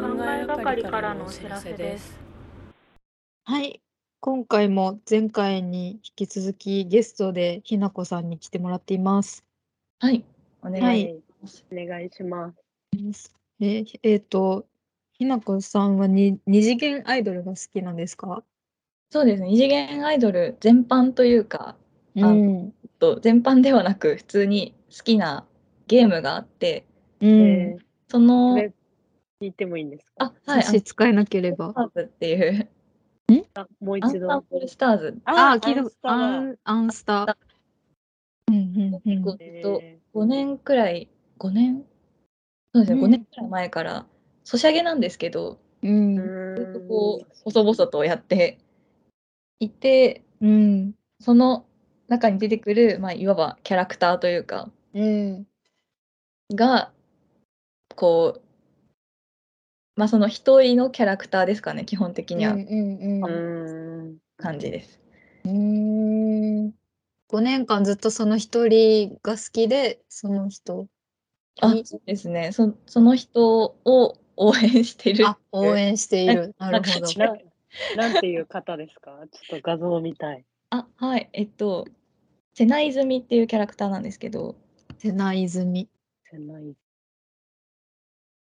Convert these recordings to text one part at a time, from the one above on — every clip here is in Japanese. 係からのお知らせです。はい。今回も前回に引き続きゲストでひなこさんに来てもらっています。はい。お願いします。お願いします。ええーと、ひなこさんはに二次元アイドルが好きなんですかそうですね。二次元アイドル全般というか、うん。と全般ではなく普通に好きなゲームがあって、うえんー。そのこれ聞いてもいいんですかあは差い、し使えなけれアンばサ。ーズっていうもうアン サ一度。ーブルスターズああ、聞いたことアアンスンアンスタ。うんうんうん。ずっとえ5年くらい5年そうですねうん5年くらい前からソシャゲなんですけどうーん。ずっとうこう細々とやっていてうん。その中に出てくる、まあ、いわばキャラクターというかうん。がこうまあその一人のキャラクターですかね基本的にはうんーん。感じです。うん。うーん。5年間ずっとその一人が好きで、その人あにそうですねそその人を応援してるあ応援している。なるほど。なんななんていう方ですかちょっと画像を見たい。あはいえっと瀬名泉っていうキャラクターなんですけど瀬名泉。せない。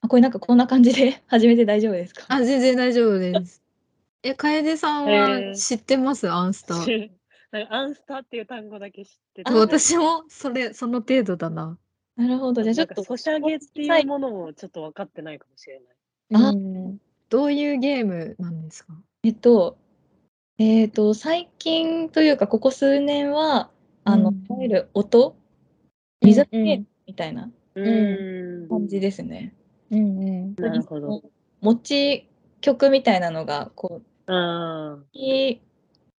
あこれなんかこんな感じで 始めて大丈夫ですかあ、全然大丈夫です。え、楓さんえはー知ってますアンスター。 なんかアンスターっていう単語だけ知ってあ私もそれ、その程度だな。なるほどじゃあちょっとソシャゲっていうものもちょっと分かってないかもしれない。あうんどういうゲームなんですかえっとえっと最近というかここ数年はあの、うんいわゆる音水ゲームみたいなうんん。感じですね。うんなるほど。持ち曲みたいなのがこうああ。私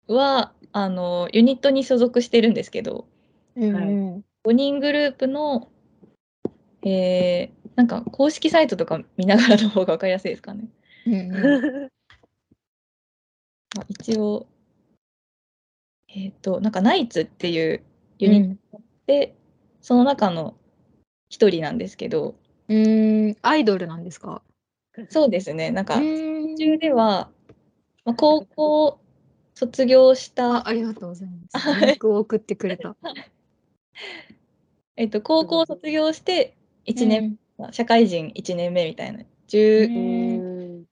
はあのユニットに所属してるんですけどうん。うんはいうん5人グループの、えーなんか公式サイトとか見ながらの方が分かりやすいですかね。うんうんうまあ一応、えっ、と、なんかナイツっていうユニットで、その中の一人なんですけど、うん、アイドルなんですかそうですね、なんか途うん中では、まあ、高校卒業しあた、ありがとうございます。リンクを送ってくれた。えっ、と、高校卒業して1年、まあ社会人1年目みたいな、10、 ん。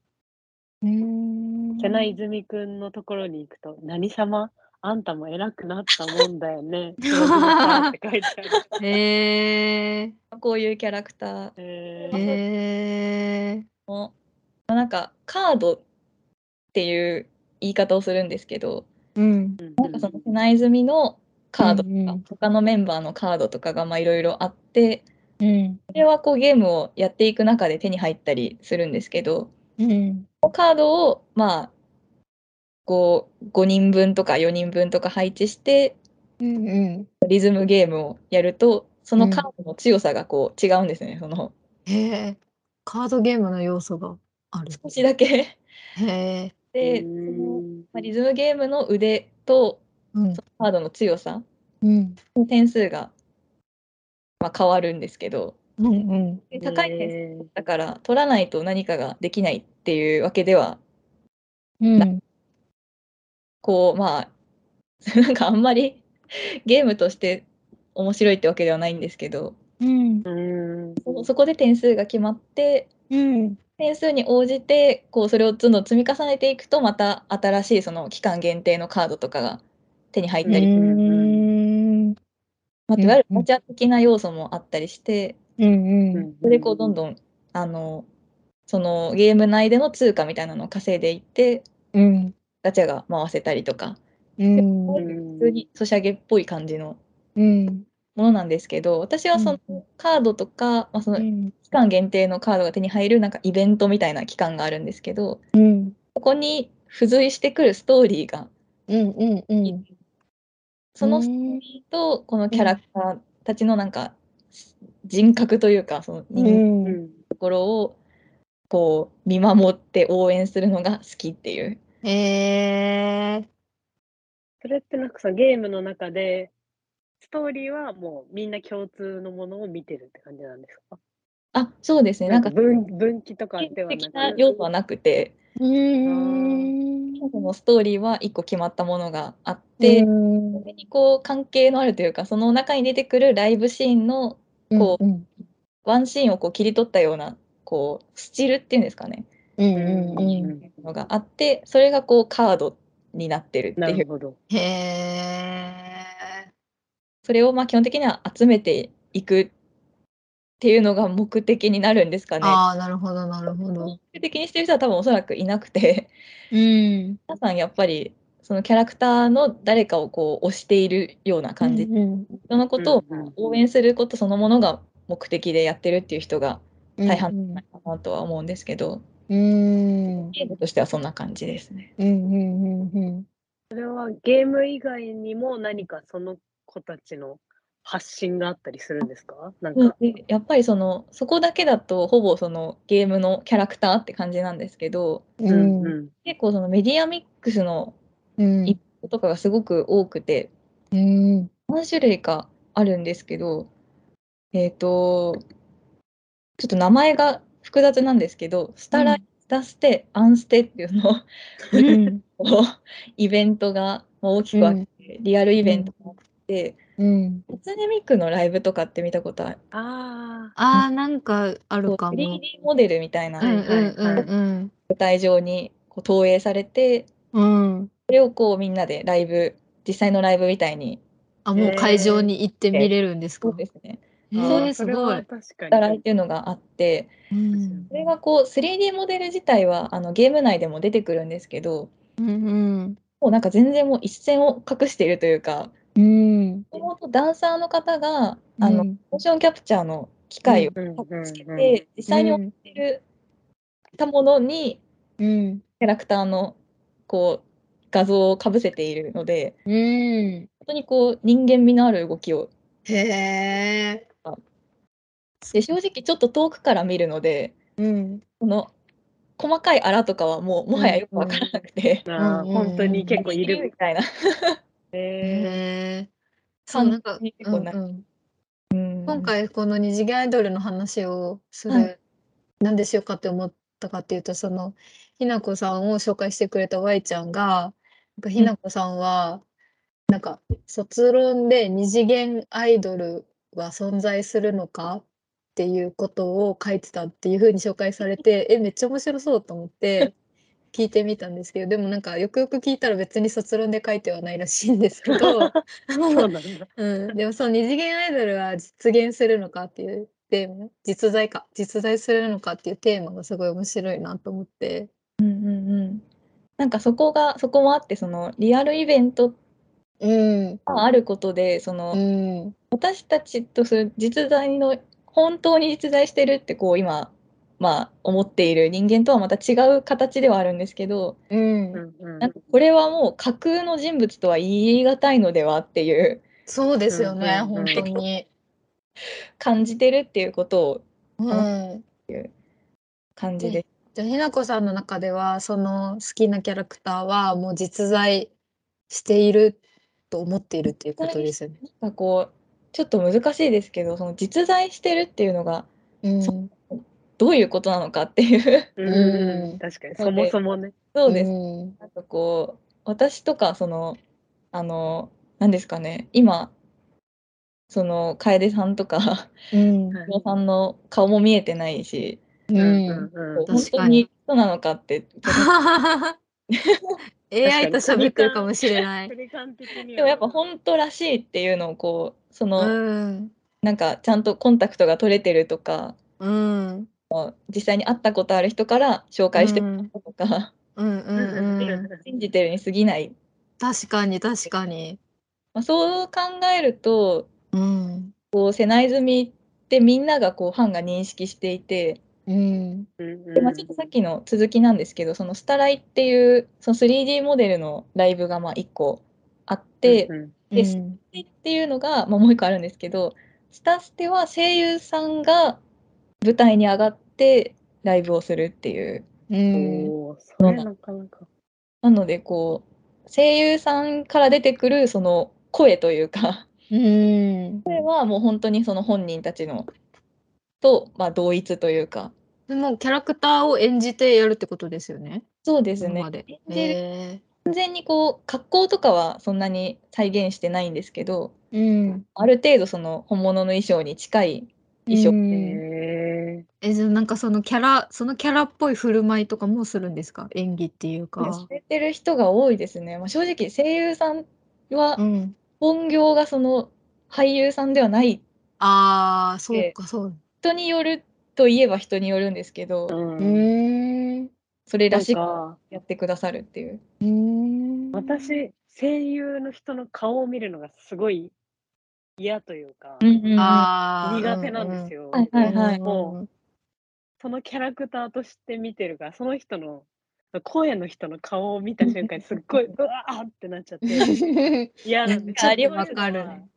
うん。瀬名泉くんのところに行くと、何様あんたも偉くなったもんだよね。そうだって書いてある。 へえこういうキャラクター、えー。ーへえなんかカードっていう言い方をするんですけど、ー。うん。なんかその手内済みのカードとうか、んうん他のメンバーのカードとかがまあいろいろあってうん。それはこうゲームをやっていく中で手に入ったりするんですけどうん。カードをまあこう5人分とか4人分とか配置してうんうん。リズムゲームをやるとそのうんカードの強さがこう違うんですね、そのへえ。カードゲームの要素がある。少しだけ。へえ。で、そのまあ、リズムゲームの腕とうん。カードの強さうん。点数が、まあ、変わるんですけどうんうん。で高い点数数。だから取らないと何かができないっていうわけではうん。こうまあ なんかあんまり ゲームとして面白いってわけではないんですけどうん。うん。そそこで点数が決まってうん。点数に応じてこうそれをどんどん積み重ねていくとまた新しいその期間限定のカードとかが手に入ったうり、んまあ、いわゆるうんうんガチャ的な要素もあったりしてうんうん。それでこうどんどどんあのそのゲーム内での通貨みたいなのを稼いでいってうん。ガチャが回せたりとかうん。んうん普通にソシャゲっぽい感じのうん。ものなんですけど私はそうんうのカードとか、まあ、そのうん。期間限定のカードが手に入るなんかイベントみたいな期間があるんですけどうん。ここに付随してくるストーリーがうん。うん。うん。そのストーリーとこのキャラクターたちのなんか人格というかその人間のう。うんん。ところをこう見守って応援するのが好きっていう。へえ。それってなんかさ、ゲームの中で、ストーリーはもうみんな共通のものを見てるって感じなんですかあ、そうですね。なんか、分分岐とかで典は型な的くな要素はなくて、うーん。そのストーリーは一個決まったものがあって、それにこう関係のあるというか、その中に出てくるライブシーンのここうん。うんワンシーンをこう切り取ったような、こう、スチルっていうんですかね、うんううんのがあって、それがこうカードになってるってないるう、ほど。ん。へえ。それをまあ基本的には集めていくっていうのが目的になるんですかね。ああ、なるほど、なるほど。目的にしてる人は多分おそらくいなくて。うん。皆さんやっぱりそのキャラクターの誰かをこう推しているような感じ、うん人のことをうんうん応援することそのものが目的でやってるっていう人がうん。大半じゃないかなとは思うんですけど、うん。うんゲームとしてはそんな感じですね。うんうんうんうん。それはゲーム以外にも何かその子たちの発信があったりするんですかなんか。でやっぱりそのそこだけだとほぼそのゲームのキャラクターって感じなんですけどううんん結構そのメディアミックスのうん一歩とかがすごく多くてうん何種類かあるんですけど、えっ、と、ちょっと名前が複雑なんですけど、スタライ、スタステ、アンステっていうの うんをイベントがまあ大きく分けて、リアルイベントがあって、うん初音ミクのライブとかって見たことある。あああなんかあるかも。 3D モデルみたいなうんはいうん舞台上にこう投影されて、うんうん。それをこうみんなでライブ、実際のライブみたいに、あもう会場に行って見れるんですか。そうですね、えーあー。ーすそれご。はい確スタかライっに。ていうのがあって、うんそれがこう 3D モデル自体はあのゲーム内でも出てくるんですけどうんもうなんか全然もう一線を画しているというかうん。もともとダンサーの方があうのんモーションキャプチャーの機械をうんうんうんつけて実際に置いてるたものにうんキャラクターのこう画像をかぶせているのでうん。本当にこう人間味のある動きをへえ。で正直ちょっと遠くから見るのでうんこの細かいあらとかはもうもはやよくわからなくて、ああうんうんうん本当に結構いみる。たいな。えへえ。そうなんか感じにうこうんなうん。今今回この二次元アイドルの話をする、はなんでしようかって思ったかっていうとそのひなこさんを紹介してくれた Y ちゃんがなんかひなこさんは、なんか卒論で二次元アイドルは存在するのかっていうことを書いてたっていうふうに紹介されてえめっちゃ面白そうと思って聞いてみたんですけどでもなんかよくよく聞いたら別に卒論で書いてはないらしいんですけ ど。そうなんだ。うん、でもその二次元アイドルは実現するのかっていうテーマ実在か実在するのかっていうテーマがすごい面白いなと思って。うんうんうん、なんかそこがそこもあってそのリアルイベントうん、があることでその、うん、私たちとする実在の本当に実在してるってこう今、まあ、思っている人間とはまた違う形ではあるんですけどうん、うんうんなんかこれはもう架空の人物とは言い難いのではっていうそうですよね、うんうんうん本当に。感じてるっていうことをうん、感じでじゃあひなこさんの中ではその好きなキャラクターはもう実在していると思っているっていうことですよね。なんかこうちょっと難しいですけどその実在してるっていうのがうん、どういうことなのかっていう。 うんううんん確かに。そもそもね。そうですうんなんかこう私とかそのあの何ですかね今その楓さんとかうん、はい伊藤さんの顔も見えてないし、うん、うんうんうんこう本確当かにに人なのかって逆に AI と喋ってるかもしれない。距離感的にはでもやっぱ本当らしいっていうのをこうその、うん。なんかちゃんとコンタクトが取れてるとかうん。実際に会ったことある人から紹介してうもらんったとか、うんうんうん。信じてるに過ぎない、確かに確かに。まあ、そう考えるとうん。こう瀬内みってみんながこうファンが認識していて。うん。うんうんでまあ、ちょっとさっきの続きなんですけど、そのスタライっていうその 3D モデルのライブがまあ1個あって、うんうんでうんっていうのが、まあ、もう1個あるんですけど、スタステは声優さんが舞台に上がってライブをするっていう。うん。おお、それなかなか。なのでこう声優さんから出てくるその声というか、うん。これはもう本当にその本人たちのと、まあ、同一というかでもキャラクターを演じてやるってことですよね。そうです今ねまで。演じるへ完全にこう格好とかはそんなに再現してないんですけどえうん。ある程度その本物の衣装に近い衣装うんへえ、じゃあなんかそのキャラ、そのキャラっぽい振る舞いとかもするんですか演技っていうをかさ。れてる人が多いですね、まあ、正直声優さんはうん。本業がその俳優さんではないああ、そうか、そう。人によるといえば人によるんですけど、ーう。うんーん。それならんしくかやってくださるっていううーん私声優の人の顔を見るのがすごい嫌というか、あああ、苦手なんですよ。よ。はいはいはいもそのキャラクターとして見てるからその人の声の人の顔を見た瞬間にすっ ごいうわーってなっちゃって嫌なんですそういうのはわちょっとかるね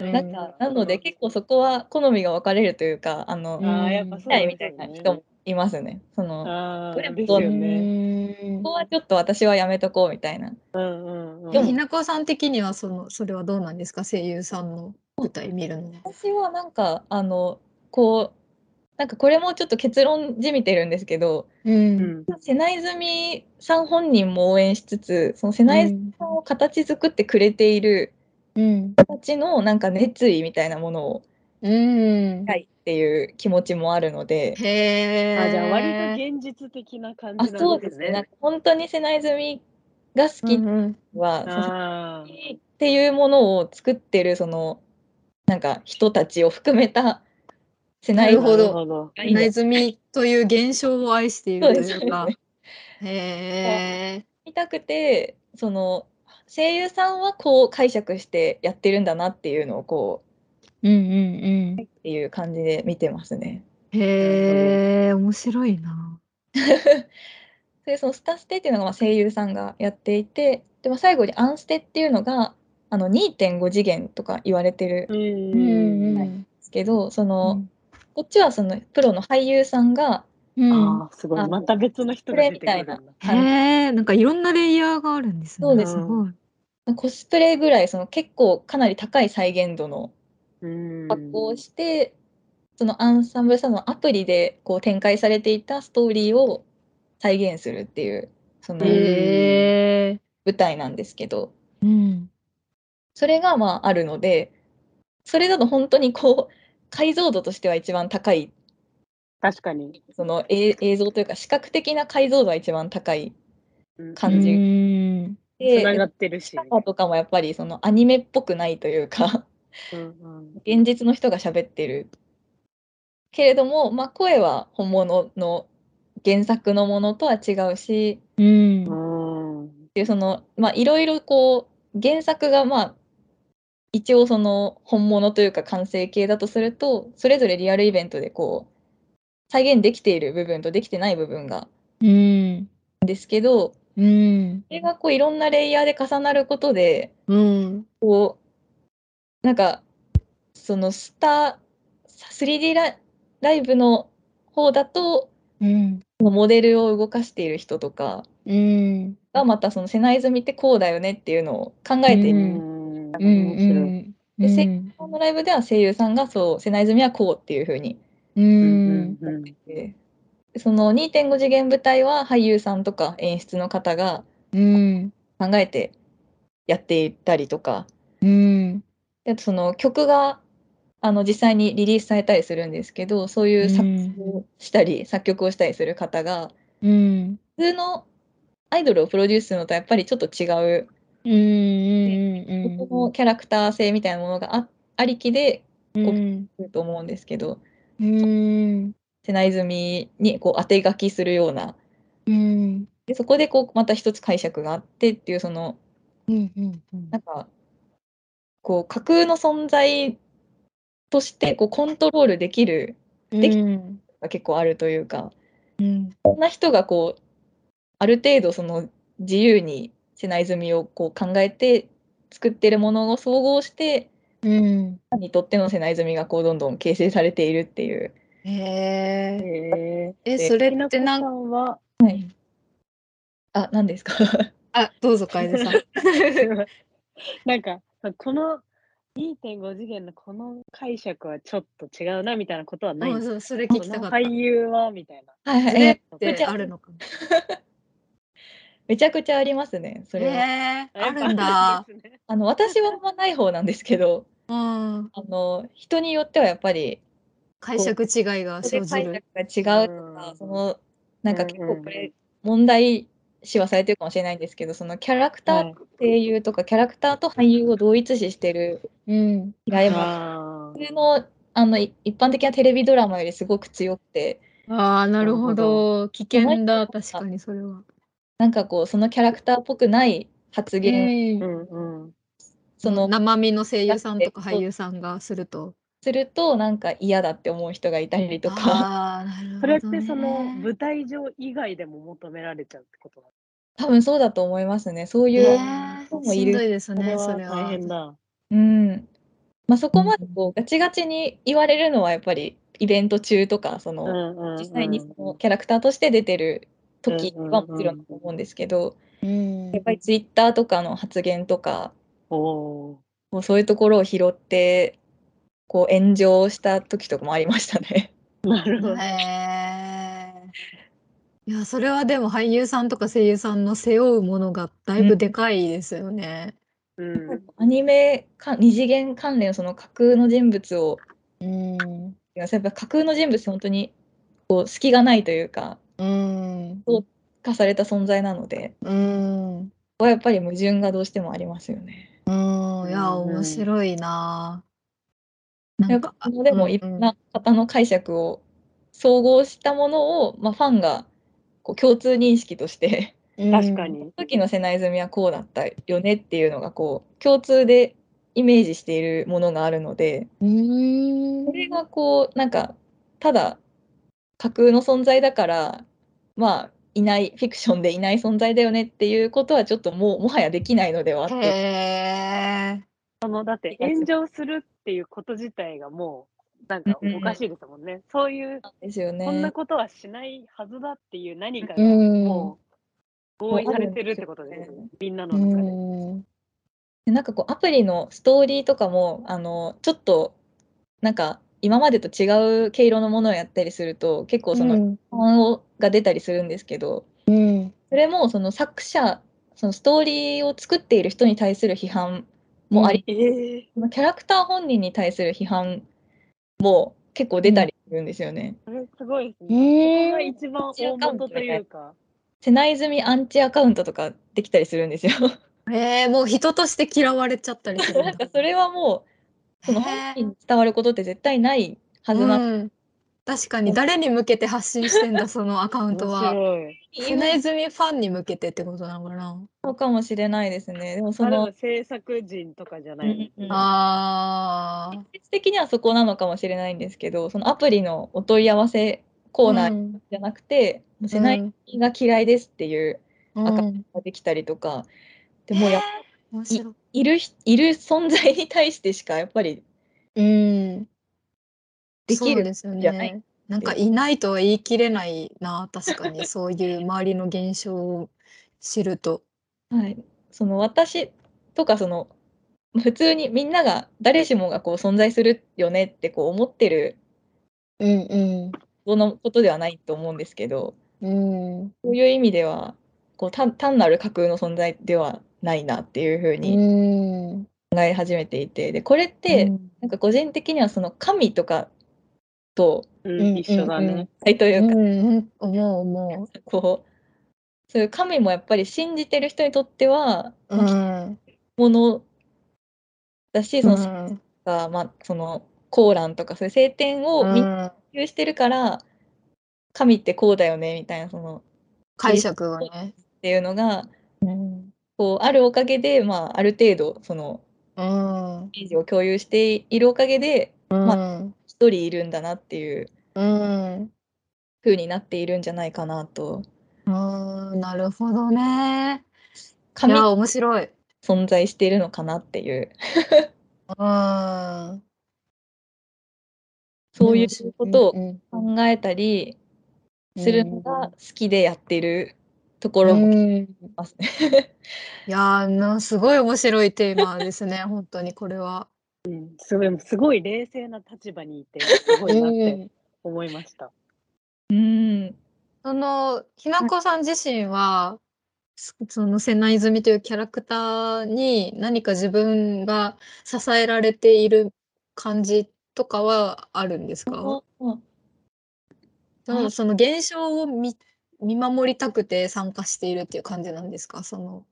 うん なんかなので結構そこは好みが分かれるというかあの、うんああやっぱそう嫌いでみすたいよなね人もいますね。そのあどれあもですそうよね。うんここはちょっと私はやめとこうみたいな。うんうんうん。でもひなこさん的にはそのそれはどうなんですか声優さんの舞台見るの。私はなんかあのこうなんかこれもちょっと結論じみてるんですけどう。うんん瀬内泉さん本人も応援しつつその瀬内泉さんを形作ってくれているうん。人たちのなんか熱意みたいなものをうん。見たいっていう気持ちもあるので。へえ。あじゃあ割と現実的な感あじなそんうでですすね。なんねか。本当に瀬内泉が好きうんうんは、そのああ っていうものを作ってるそのなんか人たちを含めた世な代るほどどがいいネねズミという現象を愛しているといそううですそうかで。へえ。見たくてその声優さんはこう解釈してやってるんだなっていうのをこうんうんうん。うっていう感じで見てますね。へえ、面白いな。でそのスタステっていうのがまあ声優さんがやっていてでも最後にアンステっていうのがあの2.5次元とか言われてるんうでんうん。ん。すけどその、うこっちはそのプロの俳優さんがん。ああすごあいのまた別の人が出てくるんだこれみたへい。え、なんかいろんなレイヤーがあるんですね。そうですごい。コスプレぐらいその結構かなり高い再現度のうん。格好をして、そのアンサンブルさんのアプリでこう展開されていたストーリーを再現するっていうそのうん舞へえ。台なんですけど、うん。それがまああるのでそれだと本当にこう解像度としては一番高い確かに。その映映像というか視覚的な解像度は一番高いうん感じうんでつながってるし。とかもやっぱりそのアニメっぽくないというか。うんうん現実の人が喋ってるけれども、まあ、声は本物の原作のものとは違うしうん。うんっていうその まあいろいろこう原作がまあ一応その本物というか完成形だとするとそれぞれリアルイベントでこう再現できている部分とできてない部分がうん。ですけどうん。それがこういろんなレイヤーで重なることでうん。こうなんかそのスター 3D ライライブの方だとうん。モデルを動かしている人とかうん。がまたその瀬内泉ってこうだよねっていうのを考えている、うんうんうん。うん。でせこのライブでは声優さんがそう瀬内泉はこうっていうふうにううんん。うんでその2.5次元舞台は俳優さんとか演出の方がうん。考えてやっていたりとかうん。であとその曲があの実際にリリースされたりするんですけどそういう作詞をしたり、作曲をしたりする方がうん。普通のアイドルをプロデュースするのとやっぱりちょっと違ううん。うん。このキャラクター性みたいなものがあありきでうん。来ると思うんですけどうん。瀬名泉にこう当て書きするようなうん。でそこでこうまた一つ解釈があってっていうそのうん。なんかこう架空の存在としてこうコントロールできるうん。が結構あるというかうん。そんな人がこうある程度その自由に瀬名泉をこう考えて作ってるものを総合してうん。にとっての瀬名泉がこうどんどん形成されているっていう。へえ。へえ、でそれえ。ひなっこてさなんか、んは。あ、何 ですかあ、どうぞ、楓さん。なんかこの2.5次元のこの解釈はちょっと違うなみたいなことはないうんんですそう、それこ聞きたかのった。俳優はみたいな。はいはい、ねえってあるのかな。めちゃくちゃありますね、それは。えー、あるんやっぱだ。りですねあの私はあんまない方なんですけど、うん、あの人によってはやっぱり、解釈違いがそれ生でじる。解釈が違うとうか、んそのなんか結構こうんうんうれ、問題視はされてるかもしれないんですけど、そのキャラクターは声優とか、キャラクターと俳優を同一視してるうん。違いいもあ普ー通のあのい一般的なテレビドラマよりすごく強くてああ、なるほなるほど。危険だ、その確人かにそれは。なんかこうそのキャラクターっぽくない発う言をんう。んうん。その生身の声優さんとかだって俳優さんがすると。するとなんか嫌だって思う人がいたりとかああ、なるほど、ね。それってその舞台上以外でも求められちゃうってことな 多分そうだと思いますねそういえう、ー人もしいんるどいですのね、こそれれはは。大変だ。うんまあ、そこまでこうガチガチに言われるのはやっぱりイベント中とかその、うんうんうん実際にそのキャラクターとして出てる時はもちろんだと思うんですけど、うんやっぱりツイッターとかの発言とかおおもうそういうところを拾ってこう炎上した時とかもありました ね。ー。なるほど。へえ。いや、それはでも俳優さんとか声優さんの背負うものがだいぶでかいですよね。うん。アニメか二次元関連その架空の人物をうん。やっぱ架空の人物って本当にこう隙がないというかうん。化された存在なのでうん。うん。ここはやっぱり矛盾がどうしてもありますよね。いや、面白いな。なやんっかぱ、でもいろんな方の解釈を総合したものを、まあ、ファンがこう共通認識として 確かうん。に。時の瀬内泉はこうだったよねっていうのがこう共通でイメージしているものがあるのでうんそれがこうなんかただ架空の存在だからまあいないフィクションでいない存在だよねっていうことはちょっともうもはやできないのではっていうへえ。そのだって炎上するっていうこと自体がもうなんかおかしいですもんね。そういうですよね。そんなことはしないはずだっていう何かがうんもう合意されてるってことですね。みんなの中で。でなんかこうアプリのストーリーとかもあのちょっとなんか今までと違う毛色のものをやったりすると結構そのうん不安をが出たりするんですけどうん。それもその作者そのストーリーを作っている人に対する批判もあり、ええそのキャラクター本人に対する批判も結構出たりするんですよね。それすごいですえね。それがえ。一番大元というか。瀬内泉アンチアカウントとかできたりするんですよ。 ええ、もう人として嫌われちゃったりするんなん だ。かそれはもうその本人に伝わることって絶対ないはずなのうん、確かに誰に向けて発信してんだそのアカウン面トは白い。に船泉ファンに向けてってことなのかな、のかもしれないですね。でもそあれのも制作人とかじゃなうんい。うんあー技術的にはそこなのかもしれないんですけどそのアプリのお問い合わせコーナーんじゃなくて、もうせないが嫌いですっていううん赤うんができたりとか、でもやっ面白いいる人いる存在に対してしかやっぱりうんでそきうるですよじゃないねなんかいないとは言い切れないな確かにそういう周りの現象を知るとはい、その私とかその普通にみんなが誰しもがこう存在するよねってこう思ってるうんうそのことではないと思うんですけどんうんそういう意味ではこう単単なる架空の存在ではないなっていうふうにうん考え始めていてでこれって、なんか個人的にはその神とかとうんうん一緒だうんうんね。はいといううか、んうん思う思こうそういう神もやっぱり信じてる人にとってはううんものだしその、うんまあ、そのコーランとかそういう聖典をうみんなん普及してるから、神ってこうだよねみたいなその解釈がねっていうのがうんこうあるおかげで、まあ、ある程度そのうんイメージを共有しているおかげでうん一人いるんだなっていううん風になっているんじゃないかなとうんなるほどね。い神や面白い。うん。存在しているのかなっていうそういうことをを考えたりするのが好きでやってるところもありいますね。やーなすごい面白いテーマですね本当にこれは。うん、すごい、すごい冷静な立場にいて、すごいなって思いました。うん。そのひなこさん自身は、すその瀬名泉というキャラクターに何か自分が支えられている感じとかはあるんですかああのその現象を見見守りたくて参加しているっていう感じなんですかその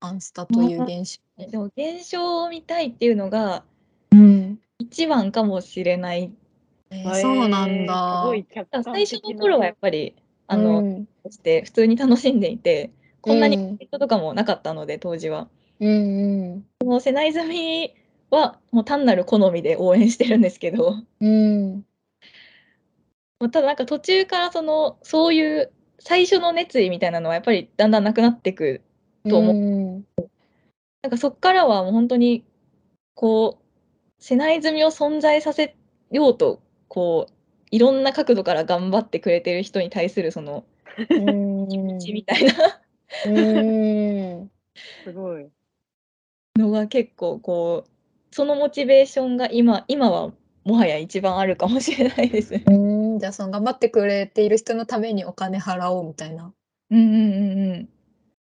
アンスタという現象。でも現象を見たいっていうのがうん一番かもしれない。えーそうなんだ。すごい客観的な最初の頃はやっぱりあうの、んして普通に楽しんでいてこんなにうコんメントとかもなかったので当時は。うんもう瀬名泉はもう単なる好みで応援してるんですけど、 うんうんまあ、ただなんか途中からそのそういう最初の熱意みたいなのはやっぱりだんだんなくなってくと思ううんなんかそっからはもう本当にこう瀬名泉を存在させようとこういろんな角度から頑張ってくれてる人に対するそのうん 気持ちみたいなうんすごい。のが結構こうそのモチベーションが今今はもはや一番あるかもしれないですね。うんじゃあその頑張ってくれている人のためにお金払おうみたいな。うんうんうんうん。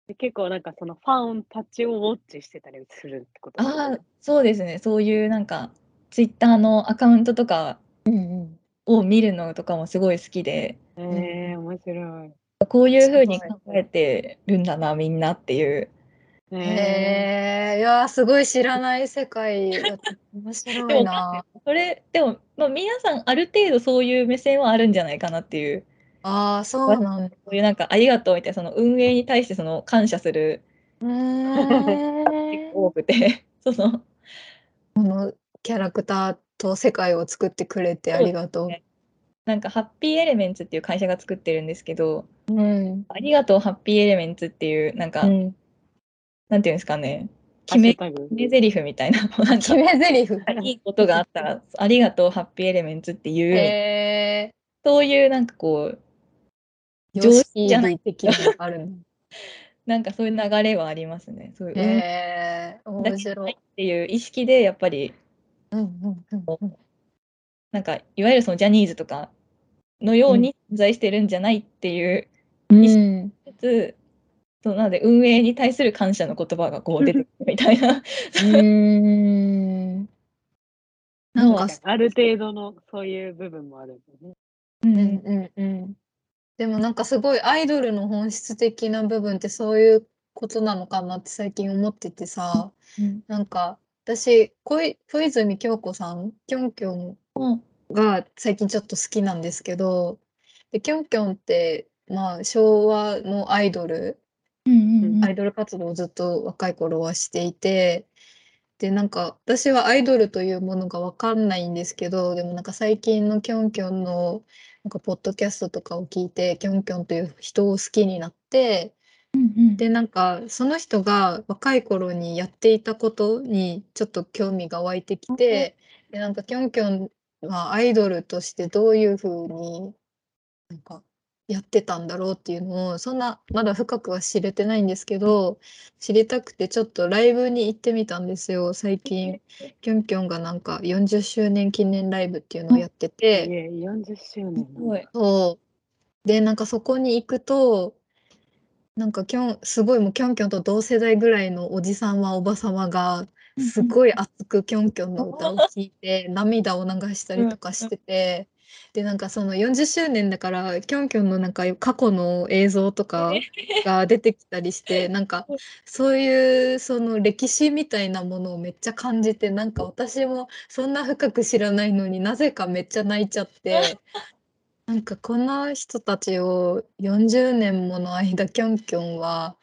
で結構なんかそのファンたちをウォッチしてたりするってことですよああねそうですねそういうなんかツイッターのアカウントとかうんうんを見るのとかもすごい好きでええ面白い。こういう風にす考えてるんだなみんなっていうええへえいやーすごい知らない世界だった面白いな。それでも、まあ、皆さんある程度そういう目線はあるんじゃないかなっていうああそうなんだ。そういうなんかありがとうみたいなその運営に対してその感謝するうーん結構多くて その キャラクターと世界を作ってくれてありがとう。なんかハッピーエレメンツっていう会社が作ってるんですけどうんありがとうハッピーエレメンツっていうなんか、うんなんていうんですかねハッ決シめュタグ決め台詞みたいな なん決かめ台詞。いいことがあったらありがとうハッピーエレメンツっていう、えそういうなんかこうー、常常識じゃない識的なのがあるの。なんかそういう流れはありますねそういう運営えー、だけ面じゃ白ないい。っていう意識でやっぱりうんうんうんうんなんかいわゆるそのジャニーズとかのように存在してるんじゃないっていううんやつ、そうなので運営に対する感謝の言葉がこう出てくるみたいなうーん。なんか、ある程度のそういう部分もあるんだね。うんうんうんうん。でもなんかすごいアイドルの本質的な部分ってそういうことなのかなって最近思っててさ、うんなんか私、小い小泉今日子さん、きょんきょんが最近ちょっと好きなんですけど、で、きょんきょんって、まあ昭和のアイドルうんうんアイドル活動をずっと若い頃はしていてでなんか私はアイドルというものが分かんないんですけどでもなんか最近のきょんきょんのなんかポッドキャストとかを聞いてきょんきょんという人を好きになってうんでなんかその人が若い頃にやっていたことにちょっと興味が湧いてきてでなんかきょんきょんはアイドルとしてどういうふうになんかやってたんだろうっていうのをそんなまだ深くは知れてないんですけど知りたくてちょっとライブに行ってみたんですよ最近きょんきょんがなんか40周年記念ライブっていうのをやってて。いえ、40周年すなんごだ。いそう。で、なんかそこに行くと、なんかきょん、すごいもうきょんきょんと同世代ぐらいのおじさんはおばさまが、うんすごい熱くきょんきょんの歌を聴いて、涙を流したりとかしてて、で、なんかその40周年だから、きょんきょんのなんか過去の映像と かが出てきたりして、なんかそういうその歴史みたいなものをめっちゃ感じて、なんか私もそんな深く知らないのになぜかめっちゃ泣いちゃ って。なんかこの人たちを40年もの間キョンキョンは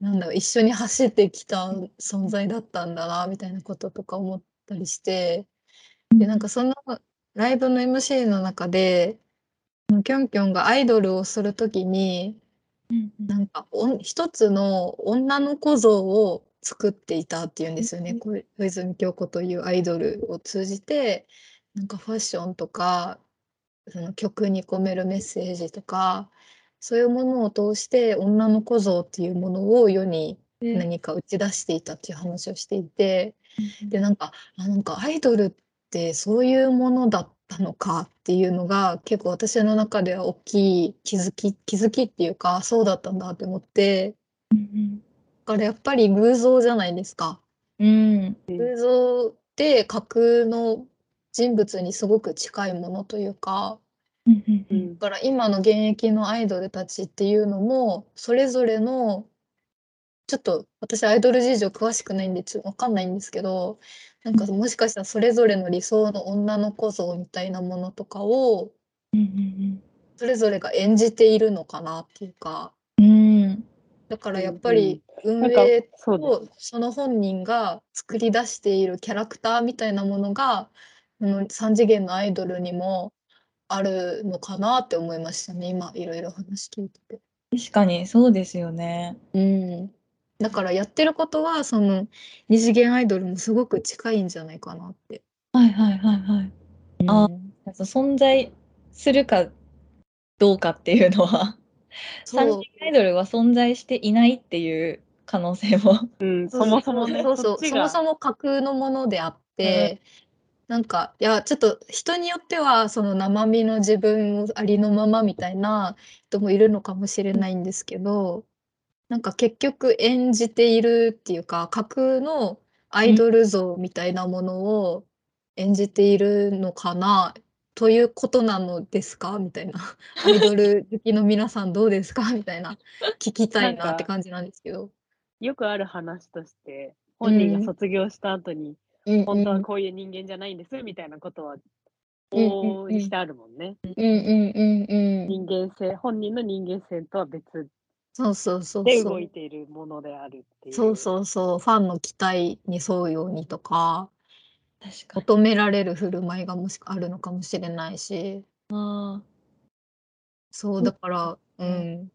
なんだろう一緒に走ってきた存在だったんだなみたいなこととか思ったりしてでなんかそのライブの MC の中でキョンキョンがアイドルをするときにうんうんなんかおん一つの女の子像を作っていたっていうんですよね、こう小泉今日子というアイドルを通じてなんかファッションとかその曲に込めるメッセージとかそういうものを通して女の子像っていうものを世に何か打ち出していたっていう話をしていて、でなんかあなんかアイドルってそういうものだったのかっていうのが結構私の中では大きい気づき気づきっていうかそうだったんだって思ってうんだからやっぱり偶像じゃないですか。うん偶像って架空の人物にすごく近いものというかうんうんううんんだから今の現役のアイドルたちっていうのもそれぞれのちょっと私アイドル事情詳しくないんでちょっと分かんないんですけどなんかもしかしたらそれぞれの理想の女の子像みたいなものとかをうんそれぞれが演じているのかなっていうかうんうんだからやっぱり運なんか営そうですとその本人が作り出しているキャラクターみたいなものがこの3次元のアイドルにもあるのかなって思いましたね今いろいろ話聞いてて。確かにそうですよね。うん、だからやってることはその二次元アイドルもすごく近いんじゃないかなって。はいはいはいはい。あうん存在するかどうかっていうのは、三そう次元アイドルは存在していないっていう可能性 も。うん、そうそもそもね、そうそうっちそがもそも架空のものであって、なんかいやちょっと人によってはその生身の自分をありのままみたいな人もいるのかもしれないんですけどなんか結局演じているっていうか架空のアイドル像みたいなものを演じているのかなということなのですか みたいなアイドル好きの皆さんどうですかみたいな聞きたいなって感じなんですけど。よくある話として、本人が卒業した後に、うん本当うはんこういう人間じゃないんですみたいなことは、うんうん往々にしてあるもんね。うんうんうんうん。人間性、本人の人間性とは別そうそうそうでそ動うい。ているものであるっていう。そうそうそう。ファンの期待に沿うようにとか、確かに。求められる振る舞いがもしあるのかもしれないし、あーそうだから、うん。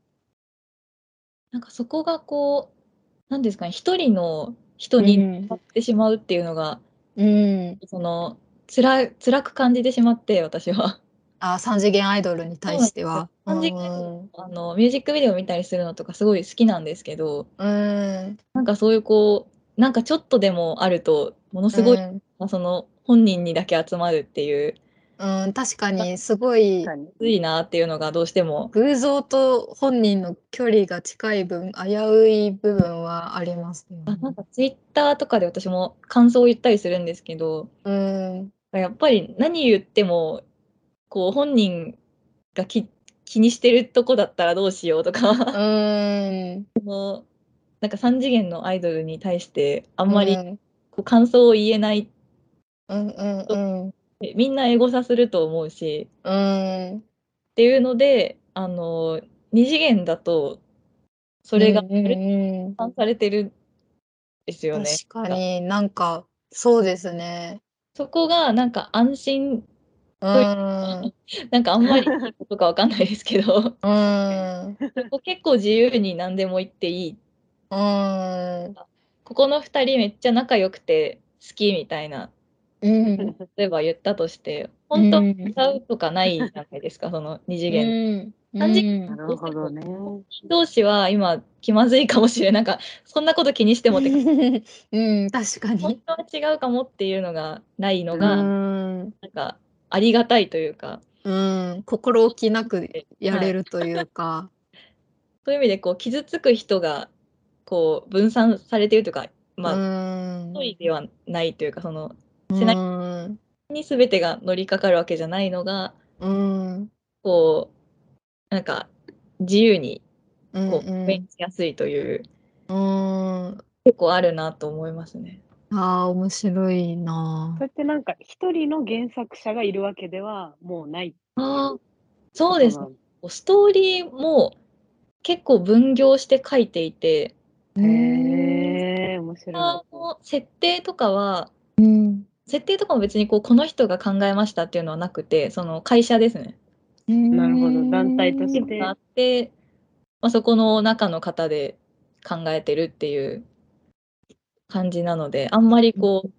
なんかそこがこう、なんですかね、一人の人になってしまうっていうのが、うん。その、つら、辛く感じてしまって、私は。 あ、三次元アイドルに対しては。そうなんですよ三元。次あの、ミュージックビデオ見たりするのとかすごい好きなんですけど、うん。なんかそういうこう、なんかちょっとでもあると、ものすごい、うんその、本人にだけ集まるっていう、うん、確かにすごい確かに。ついなっていうのがどうしても、偶像と本人の距離が近い分危うい部分はありますよね。なんかツイッターとかで私も感想を言ったりするんですけど、うん、やっぱり何言っても、こう、本人がき気にしてるとこだったらどうしようとか、 うん、そのなんか3次元のアイドルに対して、ああんまりうんこう感想を言えない、うんうんみんなエゴサすると思うし、うんうんっていうので、あの、二次元だと、それがうんうんうん反されてるんですよね。確かになんかそうですねそこが、なんか安心、うんなんかあんまりいいことかわかんないですけ ど、うんこう結構自由に何でも言っていい。うんここの二人めっちゃ仲良くて好きみたいな、うん例えば言ったとして、本当うん歌うとかないじゃな いですか、その二次元。うん三次な元るほどね。同士は今気まずいかもしれない。なんか、そんなこと気にしてもって、うん確か本に当は違うかもっていうのがないのうが、んなんか、ありがたいというか、うん心置きなくやれるというかそういう意味で、こう、傷つく人が、こう、分散されているというか、うまあ、ん一人ではないというか、その、うんに全てが乗りかかるわけじゃないのが、うんこう、なんか、自由に、うんこう、目にしやすいという、うん結構あるなと思いますね。ああ面白いなそれってなんか一人の原作者がいるわけではもうないっていあうあ、そうですねこストーリーも結構分業して書いていて、となんへえ、面白あの設定とかは、うん設定とかも別にこうこの人が考えましたっていうのはなくて、その会社ですね。い。ななるほど。団体とチしームてがあ。って、まあ、そこの中の方で考えてるっていう感じなので、あんまりこ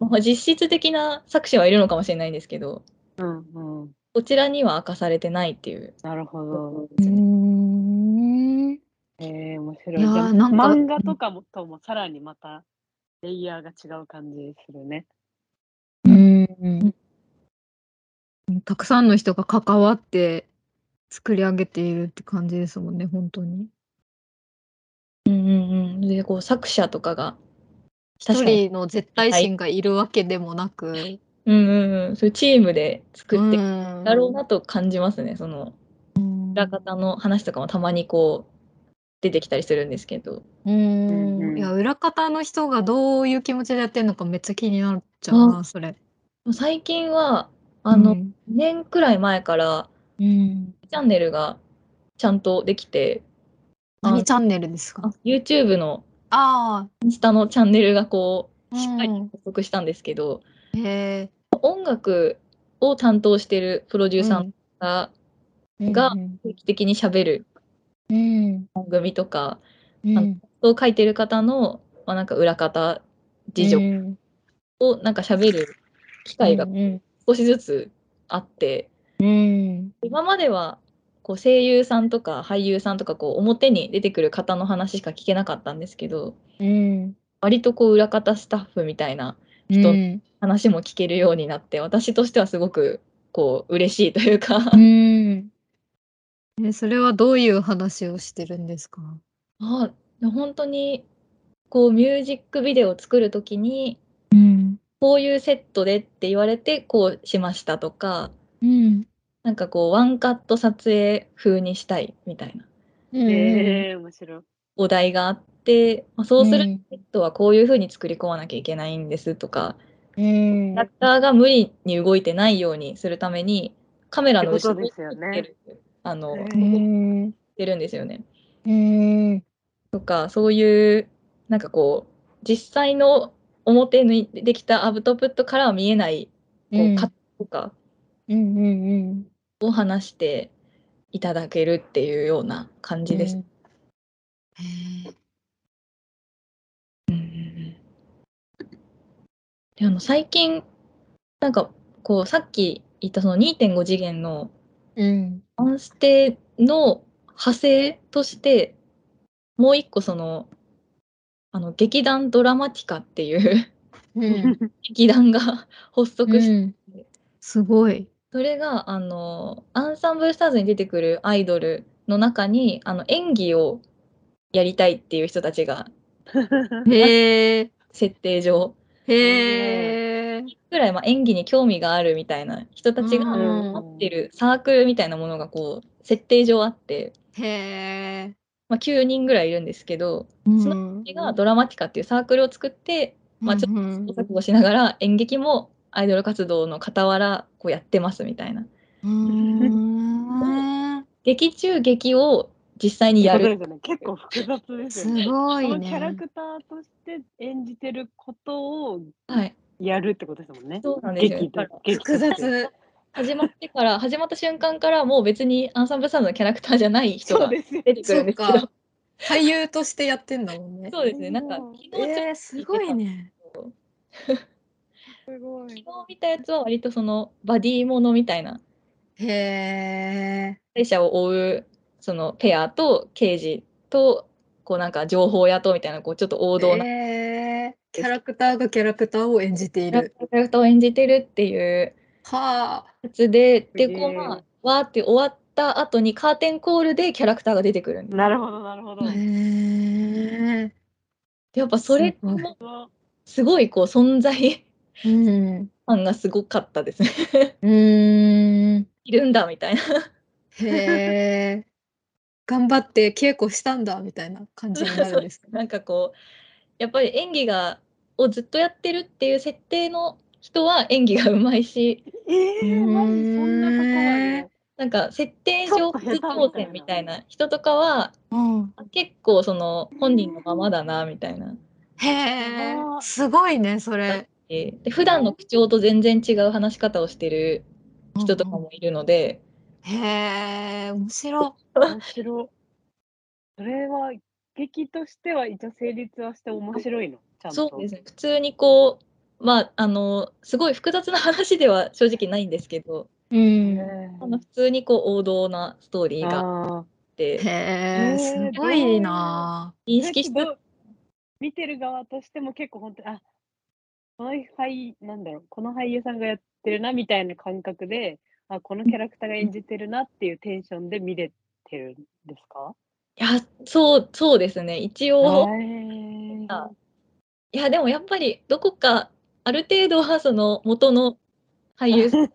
う、まあ、実質的な作者はいるのかもしれないんですけど、うんうん。こちらには明かされてないっていう。なるほど。うんえー、面白い。いやーじゃあなんか漫画とかもともさらにまたレイヤーが違う感じするね。うん。たくさんの人が関わって作り上げているって感じですもんね、本当に。うんうん。で、こう、作者とかが、一確かに。人の絶対心がいるわけでもなく、うんうんうん。そういうチームで作っていくんんだろうなと感じますね。その、裏方の話とかもたまにこう、出てきたりするんですけど。うんうんうんいや裏方の人がどういう気持ちでやってるのかめっちゃ気になっちゃうな、それ。最近は、あの、う2ん年くらい前から、チャンネルがちゃんとできて、何チャンネルですかあ YouTube のあインスタのチャンネルがこう、うんしっかり発足したんですけど、あ、へえ。音楽を担当してるプロデューサーの方がうん定期的に喋るうん番組とか、うんあのを書いてる方の、まあ、なんか裏方事情うんをなんか喋る機会がうん少しずつあって、うん今まではこう声優さんとか俳優さんとかこう表に出てくる方の話しか聞けなかったんですけど、うん割とこう裏方スタッフみたいな人うん話も聞けるようになって、私としてはすごくこう嬉しいというか、うんえそれはどういう話をしてるんですか あ、本当にこうミュージックビデオを作るときにうんこういうセットでって言われてこうしましたとかうんなんかこうワンカット撮影風にしたいみたいなえー、面白い。お題があって、まあ、そうすうるんセットはこういう風に作り込まなきゃいけないんですとかうんキャラクターが無理に動いてないようにするためにカメラの後ろってことですよねにつけるあのへうーんてるんですよね。うんとかそういうなんかこう実際の表にできたアウトプットからは見えないこう葛藤とかうんうんうんを話していただけるっていうような感じです。うんへえであの最近なんかこうさっき言ったその2.5次元のうんアンステの派生としてもう一個そのあの劇団ドラマティカっていう うん劇団が 発足して、うんすごい。それがあのアンサンブルスターズに出てくるアイドルの中にあの演技をやりたいっていう人たちが へえ設定上へえ。ぐらい、まあ、演技に興味があるみたいな人たちがうん持ってるサークルみたいなものがこう設定上あって、へえ。まあ、9人ぐらいいるんですけどそのそれがドラマティカっていうサークルを作って、まあ、ちょっとうんうん試行錯誤しながら演劇もアイドル活動の傍らこうやってますみたいなうん劇中劇を実際にやそう でるすよね結構複雑ですすよね。ごそいのキャラね。クターとして演じてることをはい、やるってことですもんね。そうなんですよ劇だから劇複雑。始まってから始まった瞬間からもう別にアンサンブルサウンドのキャラクターじゃない人そがうですよ。出てくるんですけどそっか俳優としてやってんだもんね。そうですねなんか昨日ちょっとえー、すごいね。すごい。昨日見たやつは割とそのバディものみたいなへえ。会社を追うそのペアと刑事とこうなんか情報屋とみたいなこうちょっと王道なえーキャラクターがキャラクターを演じていキャる。ラクターを演じてるっていうはあ。やつで、すげでえこうまあわーって終わった後にカーテンコールでキャラクターが出てくるんですなるほどなるほど。へえ。やっぱそれすごいもすごいこう存在うん。感がすごかったですね うーん。いるんだみたいなへえ。頑張って稽古したんだみたいな感じになるんですか。なんかこうやっぱり演技がをずっとやってるっていう設定の人は演技がうまいしえー、マジそんなことあるなんか設定ちょ上っと下手初挑戦みたいな人とかは うん。結構その本人のままだなみたいな。へえすご。いすごいねそれ。えーで普段の口調と全然違う話し方をしてる人とかもいるので、へえ面白。の面白い。それは劇としては一応成立はして面白いの。ちゃんと。そうですね普通にこうまああのすごい複雑な話では正直ないんですけど、うへん。ーあの普通にこう王道なストーリーがあてへえ、すごいな認識しだけてど見てる側としても結構本当にあこの俳なんだろうこの俳優さんがやってるなみたいな感覚であこのキャラクターが演じてるなっていうテンションで見れてるんですかいやそうそうですね一へ応ーあいやでもやっぱりどこかある程度はその元の俳優さん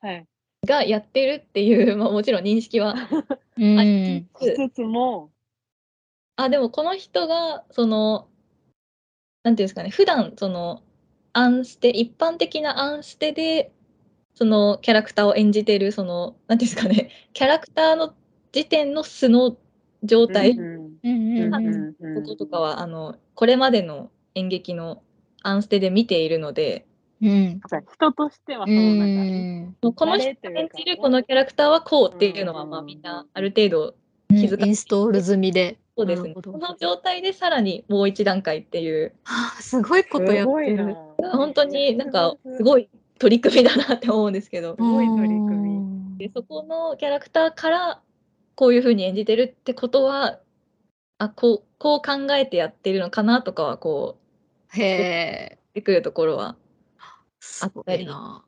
はい。がやってるっていう、 まあ、もちろん認識ぁ。はうあん。しつつも、あ、でもこの人が、その、なんていうんですかね、普段その、アンステ、一般的なアンステで、そのキャラクターを演じてる、その、なんていうんですかね、キャラクターの時点の素の状態うのんうんうんうんうん。うんうんこととかは、あの、これまでの演劇のアンステで見ているので、うん。そう人としてはうそのなんかん。もうこの人誰がというか演じるこのキャラクターはこうっていうのは、うんまあみんなある程度、イづかンストール済みで。そうですね、なるほどこの状態でさらにもう一段階っていう、はあ、すごいことすやっごいてるな。。本当になんかすごいすごい取り組みだなって思うんですけどすごい取り組みみでそこのキャラクターからこういうふうに演じてるってことはあこうこう考えてやってるのかなとかはこうへえ、出てくるところはすごいな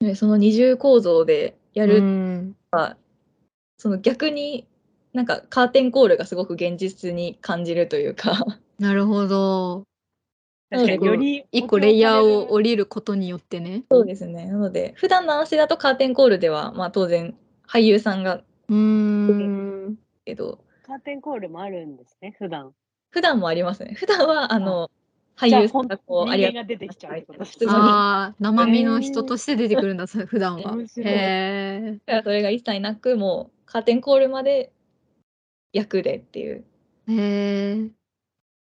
でその二重構造でやぁ。る、うん。その逆になんかカーテンコールがすごく現実に感じるというかなるほど。確かにより一個レイヤーを降りりることによってね。そうですねなので普段の安静だとカーテンコールではまあ当然俳優さんがうーん。けどカーテンコールもあるんですね、普段。普段もありますね普段はあのじゃあ俳優さんがこうあり人が間が出てきちゃうってことです普通にああ、生身の人として出てくるんだ、それ普段は面。白いへえ。だからそれが一切なくもうカーテンコールまで役でっていうへー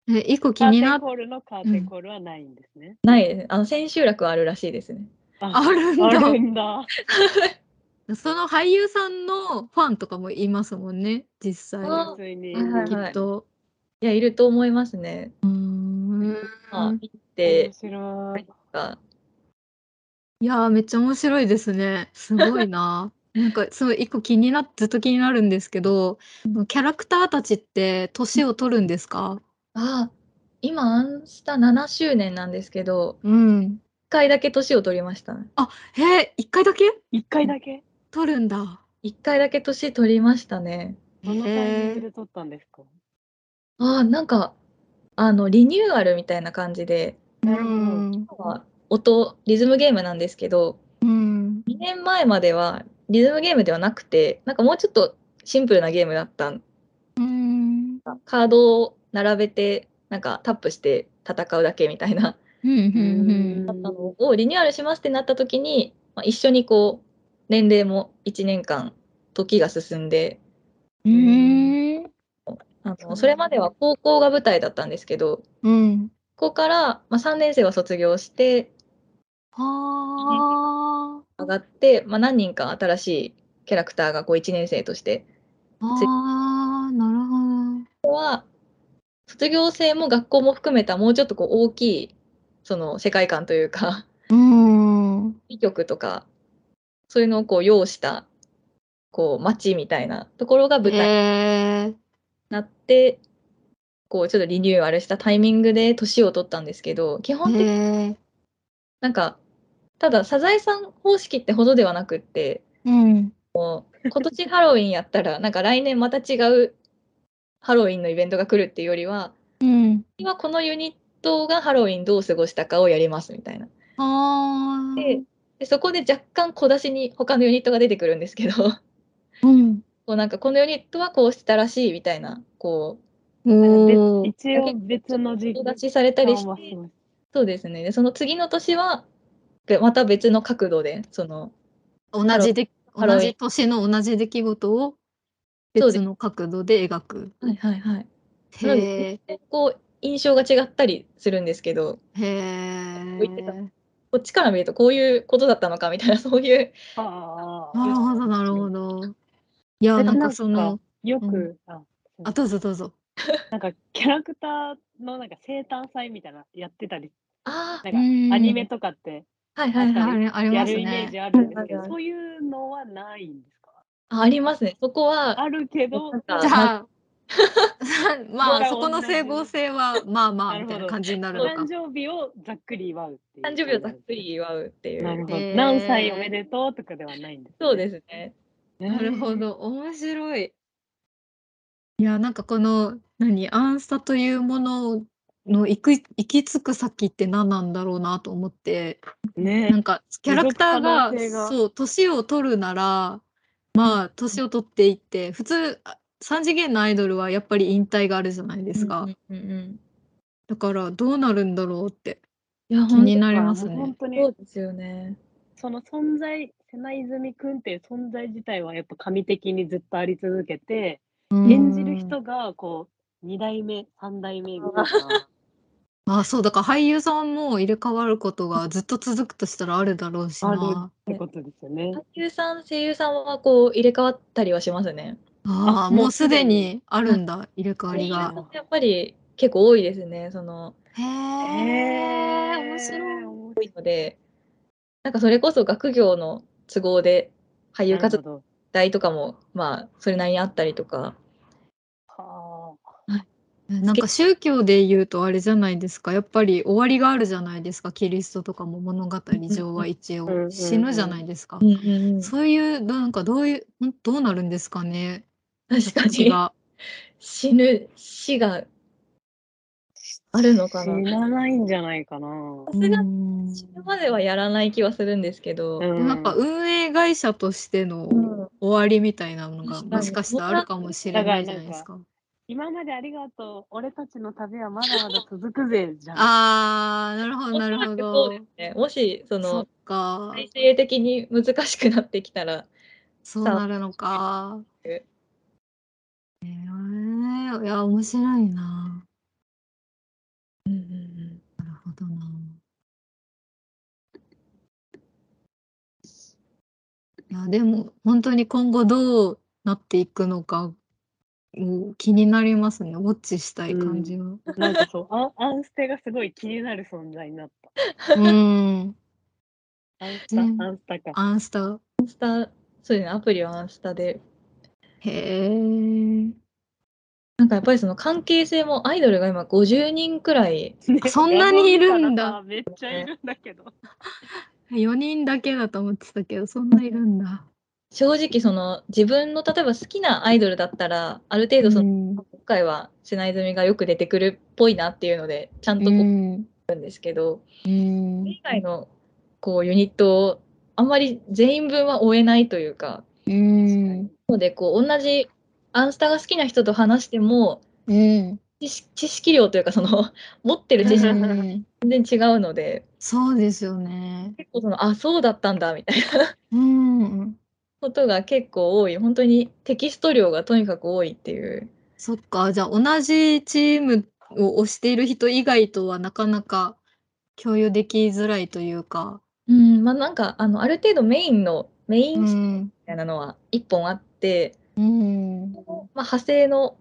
え。一個気カーにテなンっコールのカーテンコールはないんですね。ないですねあの千秋楽はあるらしいですねあるんだあるんだ。その俳優さんのファンとかもいますもんね、実際。あ普通に。はいはいきはいっと。いやいると思いますね、うん。まあ、面見て白い。がいやー、めっちゃ面白いですね。すごいな。なんか、すごい一個気になっ、ずっと気になるんですけど、キャラクターたちって年を取るんですかあ今アンスタ7周年なんですけどうん。 1回だけ年を取りましたへえ、一回だけ一回だけ取るんだ。 1回だけ年取りましたねどのタイミングへえ。で撮ったんですかあーなんかあのリニューアルみたいな感じでなるほどうん音リズムゲームなんですけどうん。 2年前まではリズムゲームではなくてなんかもうちょっとシンプルなゲームだったんうん。カードを並べてなんかタップして戦うだけみたいな うん。うん。うんのをリニューアルしますってなった時に、まあ、一緒にこう年齢も1年間時が進んでうん。あのそれまでは高校が舞台だったんですけどうん。ここから、まあ、3年生は卒業しては上がって、まあ、何人か新しいキャラクターがこう1年生としてあ。ああ、なるほど。卒業生も学校も含めたもうちょっとこう大きいその世界観というかうん。美曲とかそういうのをこう要したこう街みたいなところが舞台にへえ。なって、こうちょっとリニューアルしたタイミングで年を取ったんですけど基本的にへえ。なんかただサザエさん方式ってほどではなくってうん。今年ハロウィンやったらなんか来年また違うハロウィンのイベントが来るっていうよりはうん。今このユニットがハロウィンどう過ごしたかをやりますみたいな。ああ。でそこで若干小出しに他のユニットが出てくるんですけど こうん。うなんかこのユニットはこうしたらしいみたいなこおお。一応別のう時小間出しされたりしはてしますそうですねでその次の年はでまた別の角度でその同じで、同じ年の同じ出来事を別の角度で描く。はいはいはいなのへえで。こう印象が違ったりするんですけどへ置いてたえ。こっちから見るとこういうことだったのかみたいなそういうあなるあ。ほど、なるほど。いや、えなんなかんその、ようんく、ああ、どうぞどうぞ。なんかキャラクターのなんか生誕祭みたいなやってたり、あなんうかんアニメとかってあはいはいはいあれありやまするイメーね。ジあるんですけあど、るあるそういうのはないんですかあありますね。そこは、あるけどなん、かじゃあ、 ままああそこの整合性はまあまあみたいな感じになるのか誕。生日をざっくり祝うっていう。誕生日をざっくり祝うっていなるう。ほど、えー何歳おめでとうとかではないんです、そうですね。す。なるほ。ど、面白い。いや、なんかこの、何、アンスタというものの行く、行き着く先って何なんだろうなと思って、ねなんかキャラクターが、持続可能性がそう、年を取るなら、まあ、年を取っていって、普通、あ三次元のアイドルはやっぱり引退があるじゃないですか。うんうんうんだから、どうなるんだろうっていや、気になり本ますもう本ね。当当にそうですよね。その存在、瀬名泉くんっていう存在自体はやっぱ神的にずっとあり続けて、うん演じる人がこう、二代目、三代目みたいな。あ、そう、だから俳優さんも入れ替わることがずっと続くとしたらあるだろうしあるっな。てことですよね。俳優さん、声優さんはこう入れ替わったりはしますね。ああ、あももううすすででににあるんだ、入れ替わ声り優さんが。ってやっぱり結構多いですね。そのへえ、面白い。い。多いので、なんかそれこそ学業の都合で俳優な活るほ動ど。代とかも、まあ、それなりにあったりとか。はあ。なんか宗教で言うとあれじゃないですか、やっぱり終わりがあるじゃないですか、キリストとかも物語上は一うんうんう応ん死ぬじゃないですか。うんそういう、どうなんかどういう、んどうなるんですかね、確か形にが。死ぬ死があるのか死な。なないんじゃないかな。さすがうん死ぬまではやらない気はするんですけど、うなんか運営会社としてのうん終わりみたいなのが確かにもしかしたらあるかもしれないじゃないですか。今までありがとう、俺たちの旅はまだま だ続くぜ、じゃん。あー、なるほど、なるほそうでどす。ね。もしそそのっか、体制的に難しくなってきたら、そうなるのか。ええー、いや、面白いな。うんうんうん、なるほどな。いや、でも、本当に今後どうなっていくのか、もう気になりますね。ウォッチしたい感じは。なんかそう、アンアンステがすごい気になる存在になっうん。た。アンスタ、うんアンスタか。アンスタ。そうですね。アプリはアンスタでへえ。なんかやっぱりその関係性もアイドルが今50人くらい、あそんなにいるんだやばいからさ。めっちゃいるんだけど。 4人だけだと思ってたけど、そんないるんだ。正直その自分の例えば好きなアイドルだったら、ある程度その、ん。今回は瀬名泉がよく出てくるっぽいなっていうので、ちゃんとこう、うん。ですけど、うん。以外のこうユニットをあんまり全員分は追えないというか、うん。のでこう同じアンスタが好きな人と話しても、うん。知識知識量というかその持ってる知識がうん全然違うので、そうですよね。結構そのあそうだったんだみたいなうん。ことが結構多い本当にテキスト量がとにかく多いっていうそっか、じゃあ同じチームを推している人以外とはなかなか共有できづらいというか。うんまあなんかあのある程度メインのメイうンみん。たいなのは一本あって、うん。まあ、派生の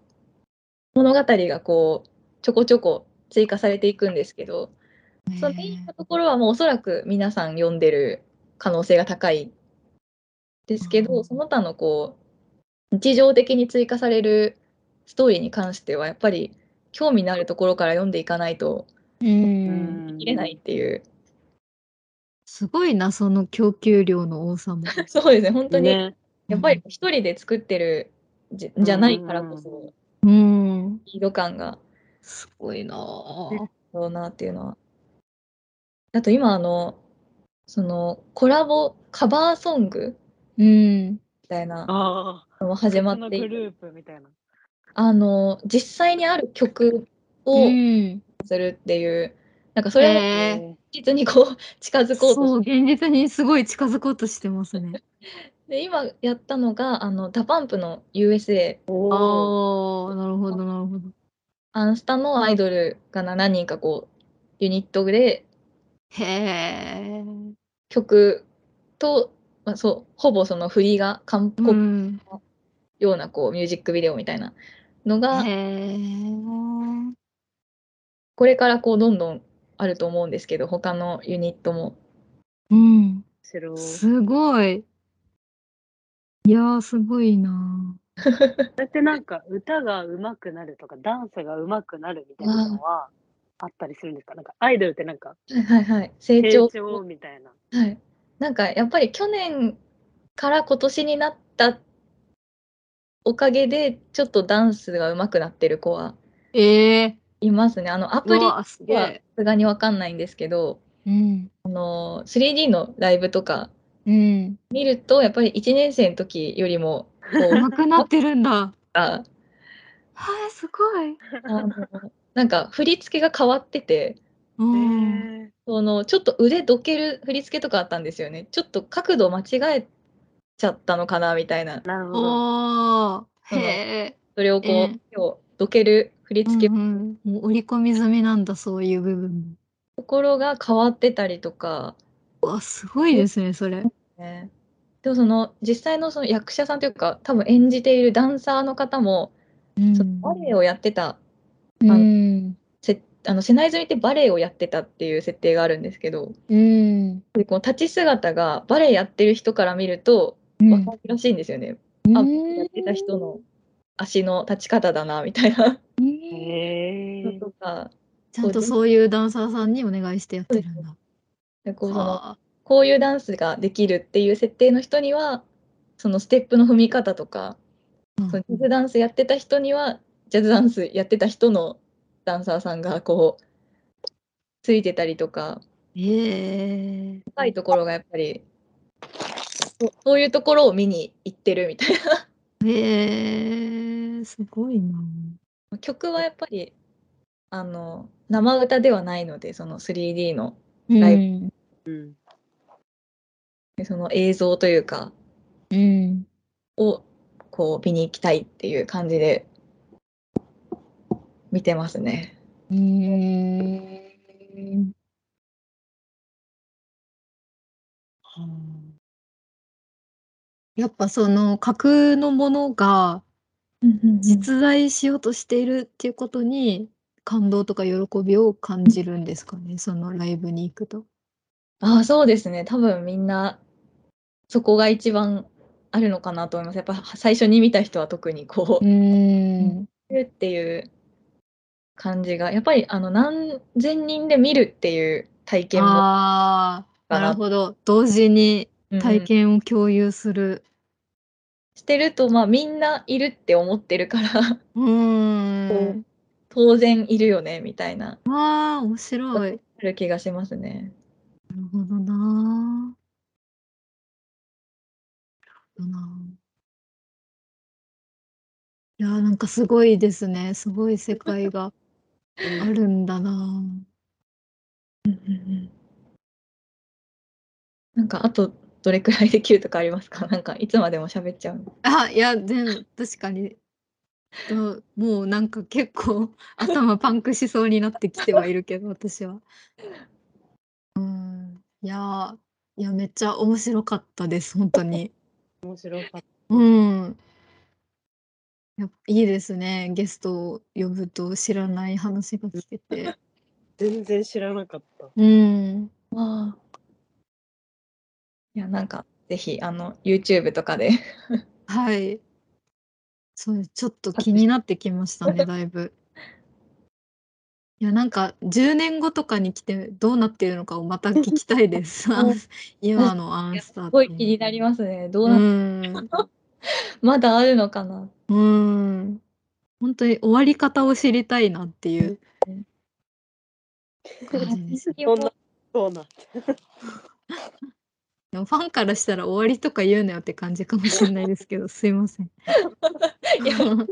物語がこうちょこちょこ追加されていくんですけどそのメインのところはもうおそらく皆さん読んでる可能性が高いですけうどんその他のこう日常的に追加されるストーリーに関してはやっぱり興味のあるところから読んでいかないとうん。見れない。っていう、すごいな、その供給量の多さも。 そうですね本当にね。やっぱり一人で作ってるじじゃないからうこんうんうそうん。スピード感がすごいなぁ。そうなっていうのは。あと今あのそのコラボカバーソングうん。みたいなああ。のも始ま別っのていグてループみたいな。あの実際にある曲をうん。するっていう、なんかそれをえー、実にこう 近づこうとしそう、現実にすごい近づこうとしてますね。て今やったのがあのダパンプの USA ああおお。、なるほど、なるほど。アンスタのアイドルが何人かこうユニットでへえ。曲と、まあ、そうほぼその振りが完うコピん。ようなこうミュージックビデオみたいなのが、へえ。これからこうどんどんあると思うんですけど他のユニットもうん。白。すごい。いやー、すごいなそれってなんか歌が上手くなるとかダンスが上手くなるみたいなのはあったりするんですかなんかアイドルってなんかはいはいはい。成成長。長みたいな。はい。なんかやっぱり去年から今年になったおかげで、ちょっとダンスが上手くなってる子はー。ええいますね。あの、アー。プリうはわ、すげさえ。すがにわかんないんですけど、うん。 3D のライブとかうん。見ると、やっぱり1年生の時よりも、こ うなくなってるんだ。あはい、すごい。あの、なんか振り付けが変わってて、うん。へーそのちょっと腕どける振り付けとかあったんですよね。ちょっと角度間違えちゃったのかなみたいな。なるほど。おー。そのへえ。それをこう、ええ手をどける振りう付け、んうん。もう織り込み済みなんだ、そういう部分も。ところが変わってたりとか、うわ、すごいですね、それ。ね、でもその実際のその役者さんというか、多分演じているダンサーの方も、うん。バレエをやってた、うん。せあの瀬内泉ってバレエをやってたっていう設定があるんですけど、うん。でこの立ち姿がバレエやってる人から見ると、うんわかるらしいんですよね。うんあ、やってた人の足の立ち方だなみたいなへのえ。とか、ちゃんとそういうダンサーさんにお願いしてやってるんだ。でこうそのはあこういうダンスができるっていう設定の人にはそのステップの踏み方とか、うんそのジャズダンスやってた人にはジャズダンスやってた人のダンサーさんがこうついてたりとかええ深いところがやっぱりそそういうところを見に行ってるみたいええすごいな。な曲はやっぱりあの生歌ではないのでその 3D のライイうん。その映像というかブ。うん。をこう見に行きたいっていう感じで見てますね。うん。やっぱその架空のものが実在しようとしているっていうことに感動とか喜びを感じるんですかね、そのライブに行くと。ああそうですね多分みんなそこが一番あるのかなと思いますやっぱ最初に見た人は特にこう、ん。見るっていう感じがやっぱりあの何千人で見るっていう体験もああ、かななるほど。同時にうん体験を共有する。してるとまあみんないるって思ってるから うーん。当然いるよねみたいなわあ、面白い。なある気がしますね。るほどなー。なるほどなー。いやーなんかすごいですね。すごい世界があるんだななんかあとどれくらいできるとかありますか なんかいつまでも喋っちゃうの ー。あ、いや、全確かに。どもうなんか結構頭パンクしそうになってきてはいるけど私は。うんいやーいやめっちゃ面白かったです本当に。面白かっうん。やっぱいいですねゲストを呼ぶと知らない話が聞けて。た。全然知らなかった。うん。あいやなんかぜひあの YouTube とかではい。そうちょっと気になってきました ねだいぶ。いやなんか10年後とかに来てどうなってるのかをまた聞きたいです。ん 今のアンスターすごい気になりますねどうな、うん。まだあるのかなうーん。本当に終わり方を知りたいなっていう感じです。次そもんなそうな。でもファンからしたら終わりとか言うなよって感じかもしれないですけど、すいませ ん。いやま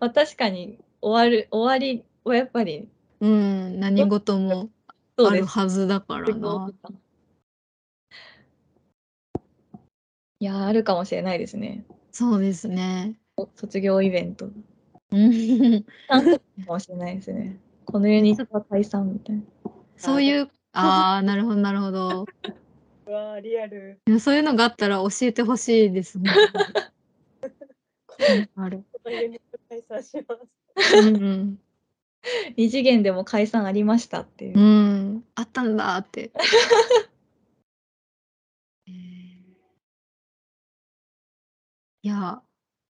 あ確かに終わる終わりはやっぱり うん、何事もそあうでるすはずだからな。いやあるかもしれないですねそうですね。卒業イベントうんかもしれないですねこのユニットは解散みたいなそういう、ああ、なるほど、なるほど。うわーリアル。いやそういうのがあったら教えてほしいですね。ある。このユニット解散します。うん、二次元でも解散ありましたっていうう。ん、あったんだって。えーいや、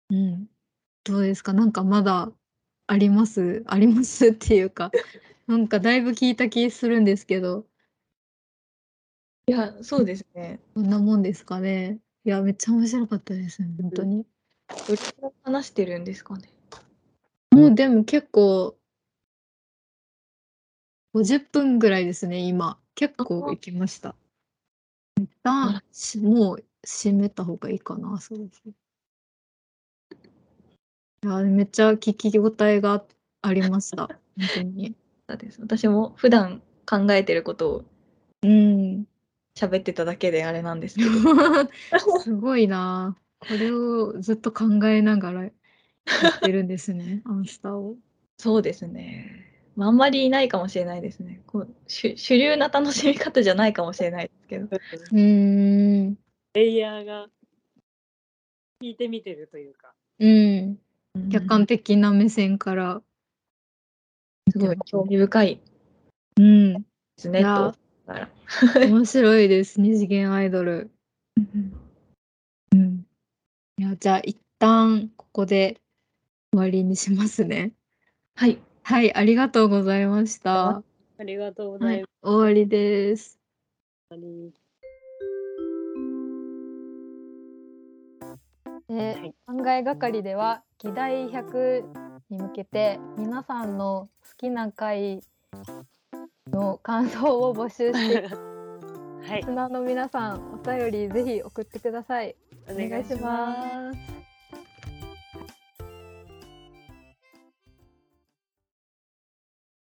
うん、どうですか、なんかまだあります、ありますっていうか、なんかだいぶ聞いた気するんですけど、いや、そうですね。どんなもんですかね。いや、めっちゃ面白かったですね、本当に。どれくらい話してるんですかね。もうでも結構、50分ぐらいですね、今。結構行きました。一あ旦らし、もう閉めた方がいいかな、そうですね。いや、めっちゃ聞き応えがありました。本当に。そうです私も普段考えてることを うん。喋ってただけであれなんですけど。 すごいなあ。これをずっと考えながらやってるんですね、アンスターを。そうですね。まあ、あんまりいないかもしれないですね。こう主主流な楽しみ方じゃないかもしれないですけど。うーん。レイヤーが聞いてみてるというか。うん。客観的的な目線から。すごい興味深いうん。ですねいやと。だから面白いです、二次元アイドル。うん。いや、じゃあ、一旦ここで終わりにしますね。はい。はい、ありがとうございましたは。ありがとうござはいいま、終わりです。す。ではい考えがかりでは議題100に向けて皆さんの好きな回の感想を募集してリはいス、ナーの皆さんお便りぜひ送ってください。お願願いいししまます。